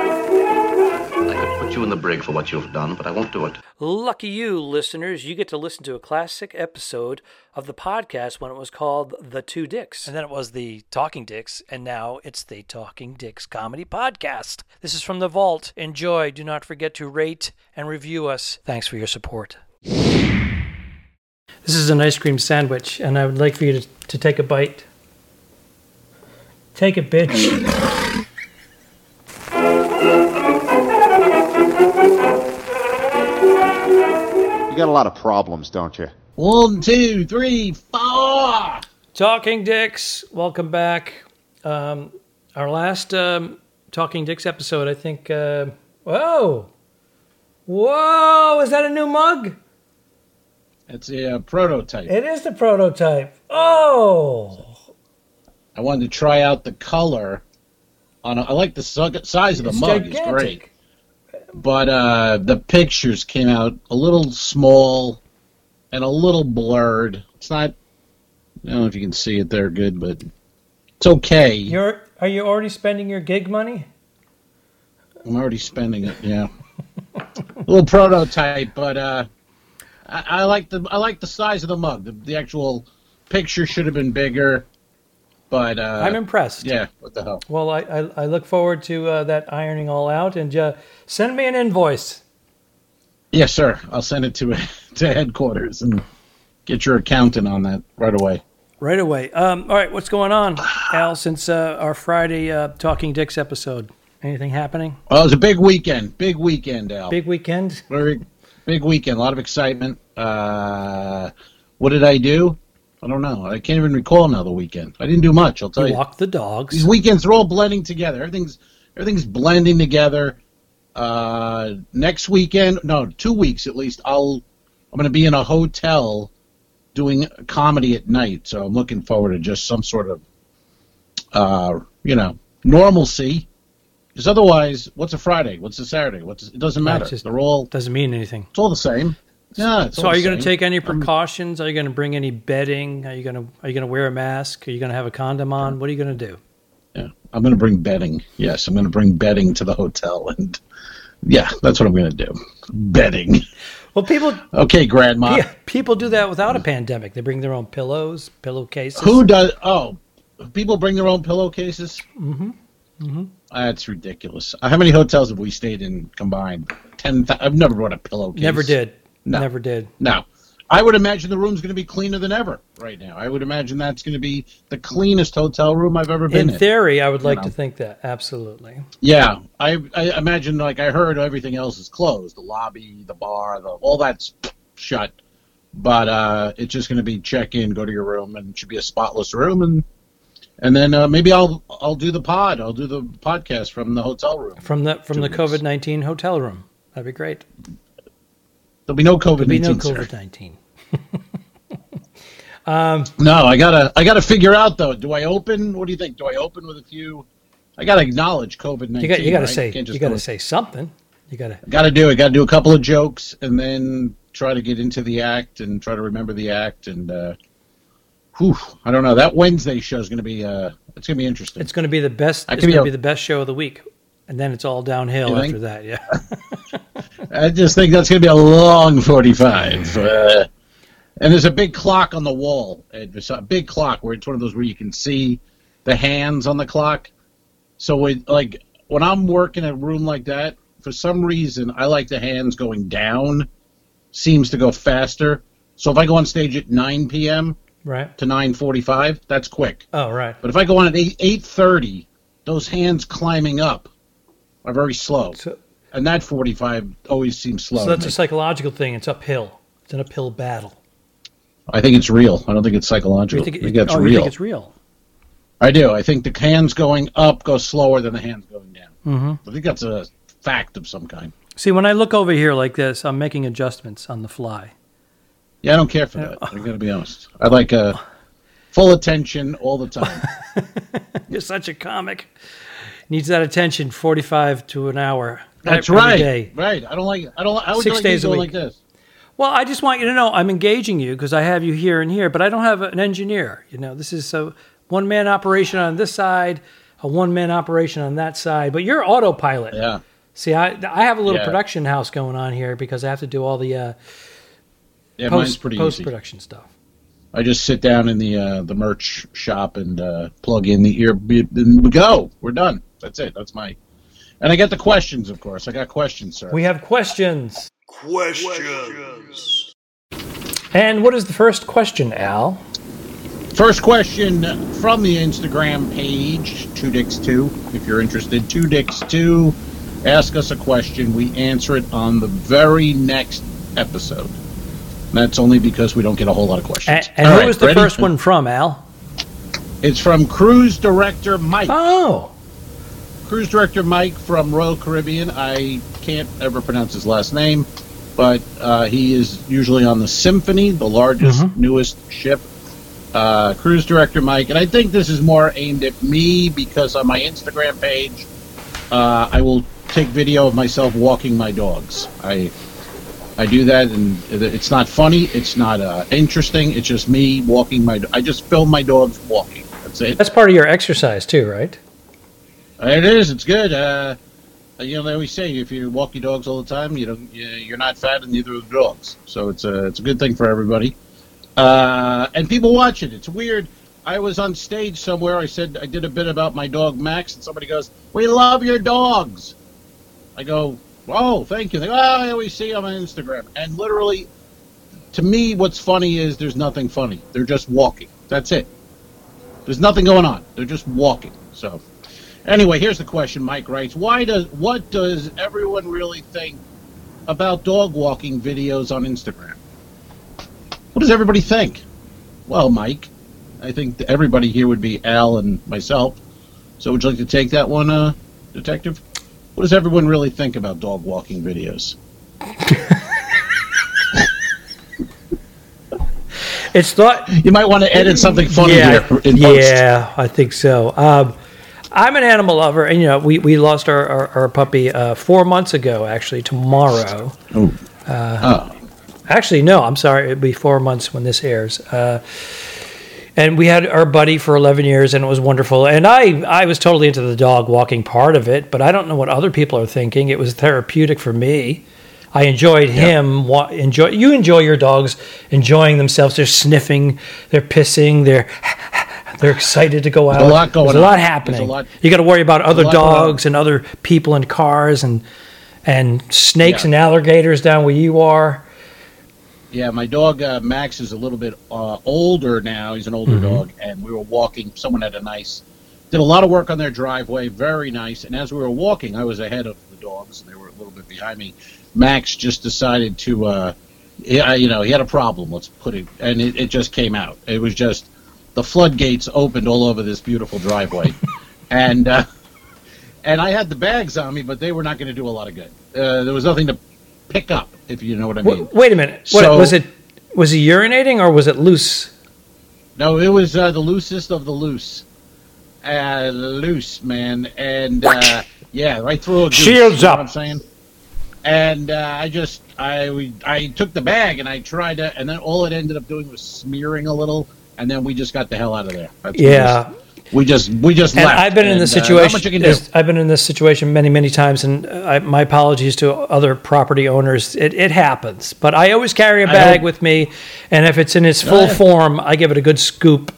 I could put you in the brig for what you've done, but I won't do it. Lucky you, listeners. You get to listen to a classic episode of the podcast when it was called The Two Dicks. And then it was the Talking Dicks, and now it's the Talking Dicks Comedy Podcast. This is from the vault. Enjoy. Do not forget to rate and review us. Thanks for your support. This is an ice cream sandwich, and I would like for you to, to take a bite. Take it, bitch. You got a lot of problems, don't you? One, two, three, four. Talking Dicks, welcome back. Um, our last um, Talking Dicks episode, I think. Uh, whoa! Whoa! Is that a new mug? It's a uh, prototype. It is the prototype. Oh! I wanted to try out the color. On a, I like the su- size of the mug. It's great, but uh, the pictures came out a little small and a little blurred. It's not. I don't know if you can see it there good, but it's okay. You're, are you already spending your gig money? I'm already spending it. Yeah, a little prototype, but uh, I, I like the I like the size of the mug. The, the actual picture should have been bigger, but uh, I'm impressed. yeah, what the hell? Well, I, I, I look forward to uh, that ironing all out and uh, send me an invoice. Yes, sir. I'll send it to to headquarters and get your accountant on that right away. Right away. Um, all right, what's going on, Al, since uh, our Friday uh, Talking Dicks episode? Anything happening? Well, it was a big weekend. Big weekend, Al. Big weekend? Very big weekend. A lot of excitement. Uh, what did I do? I don't know. I can't even recall now the weekend. I didn't do much. I'll tell you. Walk the These dogs. weekends are all blending together. Everything's everything's blending together. Uh, next weekend, no, two weeks at least. I'll I'm going to be in a hotel doing comedy at night, so I'm looking forward to just some sort of uh, you know normalcy. Because otherwise, what's a Friday? What's a Saturday? What's it doesn't Right, matter. just- They're all Doesn't mean anything. it's all the same. Yeah. it's So, all are the you going to same. take any precautions? Are you going to bring any bedding? Are you going to are you going to wear a mask? Are you going to have a condom on? What are you going to do? Yeah, I'm going to bring bedding. Yes, I'm going to bring bedding to the hotel, and yeah, that's what I'm going to do. Bedding. Well, people Okay, Grandma. yeah, people do that without a pandemic. They bring their own pillows, pillowcases. mm. Who does? Oh, people bring their own pillowcases. Mm-hmm. Mm-hmm. That's ridiculous. How many hotels have we stayed in combined? Ten. Th- I've never brought a pillowcase. Never did. No. Never did. No. I would imagine the room's going to be cleaner than ever right now. I would imagine that's going to be the cleanest hotel room I've ever been In in. theory, I would like know. to think that absolutely. Yeah, I, I imagine. Like I heard, everything else is closed. The lobby, the bar, the all that's shut. But uh, it's just going to be check in, go to your room, and it should be a spotless room, and and then uh, maybe I'll I'll do the pod. I'll do the podcast from the hotel room. From the from Two the weeks. COVID nineteen hotel room, that'd be great. There'll be no COVID There'd be no nineteen. No, COVID nineteen. no, I gotta I gotta figure out though. Do I open? What do you think? Do I open with a few? I gotta acknowledge COVID nineteen. You got you got to say Can't just you got go- to say something. You got to Got to do it. Got to do a couple of jokes, and then try to get into the act, and try to remember the act. And uh, whew, I don't know. That Wednesday show is going to be. Uh, it's going to be interesting. It's going to be the best. I It's could going be to a- be the best show of the week, and then it's all downhill You after think? that. Yeah, I just think that's going to be a long forty-five. Uh, and there's a big clock on the wall. Ed. It's a big clock where it's one of those where you can see the hands on the clock. So it, like when I'm working in a room like that, for some reason I like the hands going down. Seems to go faster. So if I go on stage at 9 p.m. right. to 9:45, that's quick. Oh, right. But if I go on at 8 8:30, those hands climbing up are very slow, So, and that 45 always seems slow. so to that's a me. psychological thing. It's uphill. It's an uphill battle. I think it's real. I don't think it's psychological. I think that's oh, real. You think it's real? I do. I think the hands going up go slower than the hands going down. Mm-hmm. I think that's a fact of some kind. See, when I look over here like this, I'm making adjustments on the fly. Yeah, I don't care for that. I'm gonna be honest. I like uh, full attention all the time. You're such a comic. Needs that attention, 45 to an hour. That's every right. day. Right. I don't like. I don't. I always Six like things days a going week. like this. Well, I just want you to know I'm engaging you because I have you here and here, but I don't have an engineer. You know, this is so one man operation on this side, a one man operation on that side. But you're autopilot. Yeah. See, I I have a little Yeah. production house going on here because I have to do all the uh, Yeah, mine's post pretty post easy. production stuff. I just sit down in the uh, the merch shop and uh, plug in the ear, and we go. We're done. That's it. That's my. And I got the questions, of course. I got questions, sir. We have questions. Questions. And what is the first question, Al? First question from the Instagram page, Two Dicks Two. If you're interested, Two Dicks Two, ask us a question. We answer it on the very next episode. And that's only because we don't get a whole lot of questions. And, and All who right, was the ready? first one from, Al? It's from cruise director Mike. Oh, cruise director Mike from Royal Caribbean. I can't ever pronounce his last name, but uh, he is usually on the Symphony, the largest, newest ship. Uh, cruise director Mike, and I think this is more aimed at me because on my Instagram page, uh, I will take video of myself walking my dogs. I I do that, and it's not funny. It's not uh, interesting. It's just me walking my. I just film my dogs walking. That's it. that's part of your exercise too, right? It is. It's good. Uh, you know, they always say if you walk your dogs all the time, you don't, you- you're not fat, and neither are the dogs. So it's a it's a good thing for everybody. Uh, and people watch it. It's weird. I was on stage somewhere. I said I did a bit about my dog Max, and somebody goes, "We love your dogs." I go, "Oh, thank you." They go, "Oh, I always see them on Instagram." And literally, to me, what's funny is there's nothing funny. They're just walking. That's it. There's nothing going on. They're just walking. So. Anyway, here's the question Mike writes Why does what does everyone really think about dog walking videos on Instagram? What does everybody think? Well, Mike, I think that everybody here would be Al and myself. So would you like to take that one, uh, Detective? What does everyone really think about dog walking videos? It's thought You might want to edit something funny here in post. yeah, I think so. Um, I'm an animal lover, and you know we, we lost our our, our puppy uh, four months ago. Actually, tomorrow. Oh, Actually, no, I'm sorry. It'll be four months when this airs. Uh, and we had our buddy for 11 years, and it was wonderful. And I, I was totally into the dog walking part of it, but I don't know what other people are thinking. It was therapeutic for me. I enjoyed him. Wa- enjoy you enjoy your dogs enjoying themselves. They're sniffing, they're pissing, they're they're excited to go out. a lot going There's a on. lot There's a happening. lot- you got to worry about other lot going on. dogs and other people and cars and and snakes Yeah. and alligators down where you are. Yeah, my dog uh, Max is a little bit uh, older now. He's an older dog, and we were walking. Someone had a nice, did a lot of work on their driveway, very nice. And as we were walking, I was ahead of the dogs, and they were a little bit behind me. Max just decided to, uh, yeah, you know, he had a problem. Let's put it, and it, it just came out. It was just the floodgates opened all over this beautiful driveway, and. Uh, and I had the bags on me, but they were not going to do a lot of good. Uh, there was nothing to pick up, if you know what I mean. Wait, wait a minute. What, So- was it was he urinating or was it loose? No, it was uh, the loosest of the loose. Uh, loose, man. And uh, yeah, right through a goose. Shields you know up. What I'm saying? And uh, I just, I, we, I took the bag and I tried to, and then all it ended up doing was smearing a little, and then we just got the hell out of there. That's- we Yeah. just- We just, we just And left. I've been in And, this uh, not situation. much you can do. is- I've been in this situation many, many times, and uh, I, my apologies to other property owners. It, it happens, but I always carry a I bag hope- with me, and if it's in its full yeah. form, I give it a good scoop.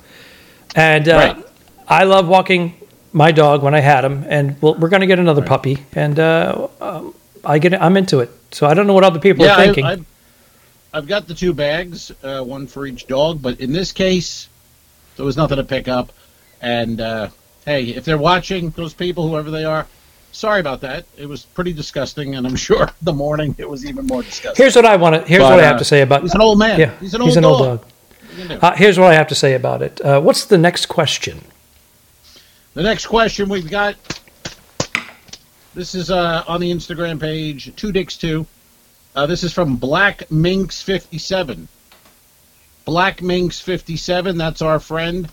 And uh, Right. I love walking my dog when I had him, and we'll, we're going to get another puppy, and uh, um, I get I'm into it. So I don't know what other people are thinking. I, I've, I've got the two bags, uh, one for each dog, but in this case, there was nothing to pick up. And uh, hey, if they're watching, those people, whoever they are, sorry about that. It was pretty disgusting, and I'm sure the morning it was even more disgusting. here's what I want to. Here's But, what I uh, have to say about. he's an old man. Yeah, He's an old dog. What you gonna do? Uh, here's what I have to say about it. Uh, what's the next question? the next question we've got. This is uh, on the Instagram page, two dicks two. Uh, this is from Black Minx fifty seven. Black Minx fifty seven. That's our friend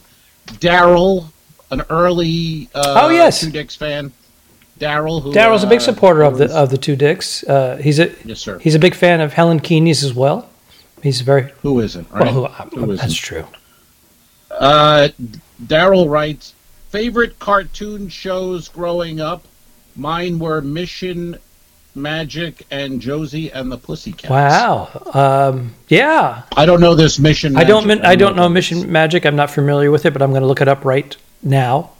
Daryl, an early uh, Oh, yes. two dicks fan. Daryl, who Daryl's a big uh, supporter of the of the two dicks. Uh, he's a Yes, sir. he's a big fan of Helen Keeney's as well. He's very who isn't right? well. who- Who that's isn't? true. Uh, Daryl writes favorite cartoon shows growing up. Mine were Mission Magic and Josie and the Pussycats. Wow. Um, yeah. I don't know this Mission. I don't. Magic. Min- I don't know what it is. Mission Magic. I'm not familiar with it, but I'm going to look it up right now.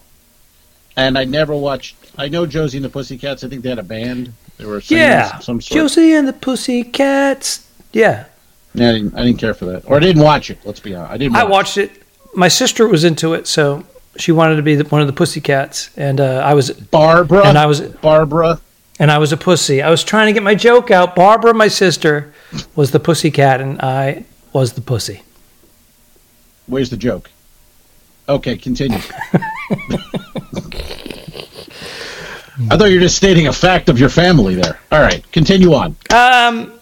And I never watched. I know Josie and the Pussycats. I think they had a band. They were singers Yeah. of some sort. Josie and the Pussycats. Yeah. Yeah, I didn't, I didn't care for that, or I didn't watch it. Let's be honest. I didn't. Watch I watched it. My sister was into it, so she wanted to be the, one of the Pussycats, and uh, I was it. Barbara. and I was Barbara. and I was a pussy. I was trying to get my joke out. Barbara, my sister, was the pussycat, and I was the pussy. Where's the joke? Okay, continue. I thought you were just stating a fact of your family there. All right, continue on. Um,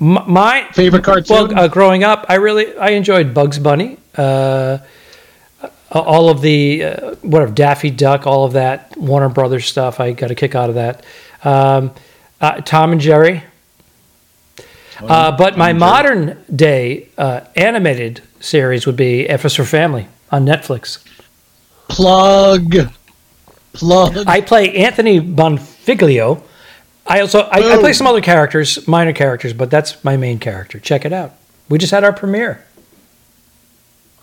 m- my Favorite cartoon? Well, uh, growing up, I really I enjoyed Bugs Bunny, uh, all of the uh, whatever Daffy Duck, all of that Warner Brothers stuff. I got a kick out of that. Um, uh, Tom and Jerry. Uh, but my modern day uh, animated series would be F is for Family on Netflix. plug. Plug. I play Anthony Bonfiglio. I also I, I play some other characters, minor characters, but that's my main character. Check it out. We just had our premiere.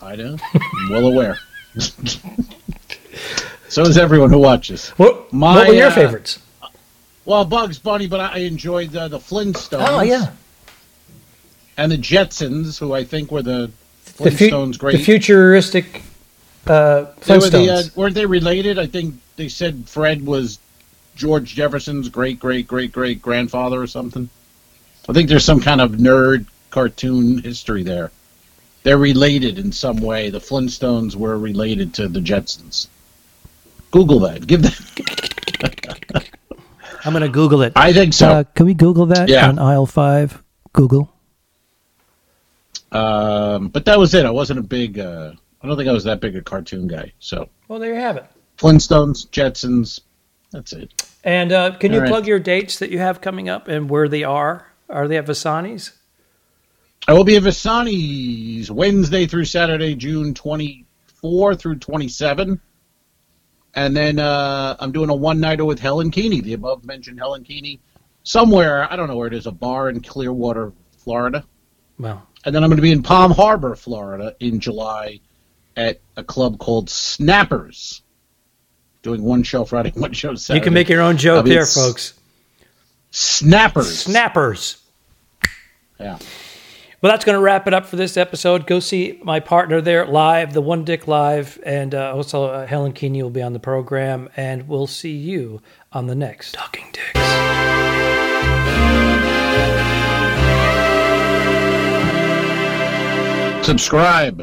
I know. I'm well aware. so is everyone who watches. What, My, what were your uh, favorites? Well, Bugs Bunny, but I I enjoyed uh, the Flintstones. Oh yeah, And the Jetsons, who I think were the the, fu- Flintstones' the great futuristic uh, They were the, uh, Flintstones. weren't they related? I think they said Fred was George Jefferson's great great great great grandfather or something. I think there's some kind of nerd cartoon history there. They're related in some way. The Flintstones were related to the Jetsons. Google that. Give that. I'm gonna Google it. Uh, I think so. can we Google that Yeah. on aisle five? Google. um, but that was it. I wasn't a big. Uh, I don't think I was that big a cartoon guy. So Well, there you have it. Flintstones, Jetsons. That's it. And uh, can you All right. plug your dates that you have coming up and where they are? Are they at Vasani's? I will be at Visani's Wednesday through Saturday, June 24 through 27. And then uh, I'm doing a one nighter with Helen Keeney, the above mentioned Helen Keeney, somewhere, I don't know where it is, a bar in Clearwater, Florida. Well, And then I'm going to be in Palm Harbor, Florida in July at a club called Snappers. Doing one show Friday, one show Saturday. you can make your own joke I'll be at there, S- folks. Snappers. Snappers. Yeah. Well, that's going to wrap it up for this episode. Go see my partner there live, the One Dick Live, and uh, also uh, Helen Keeney will be on the program. And we'll see you on the next Talking Dicks. Subscribe.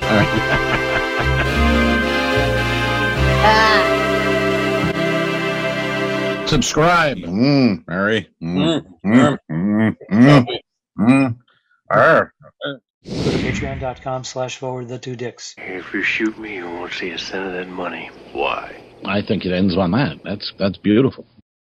right. Subscribe. Mm, Mary. Mm, mm, mm, mm, mm. Arr. Patreon.com slash forward The Two Dicks. If you shoot me, you won't see a cent of that money. Why? I think it ends on that. That's that's beautiful.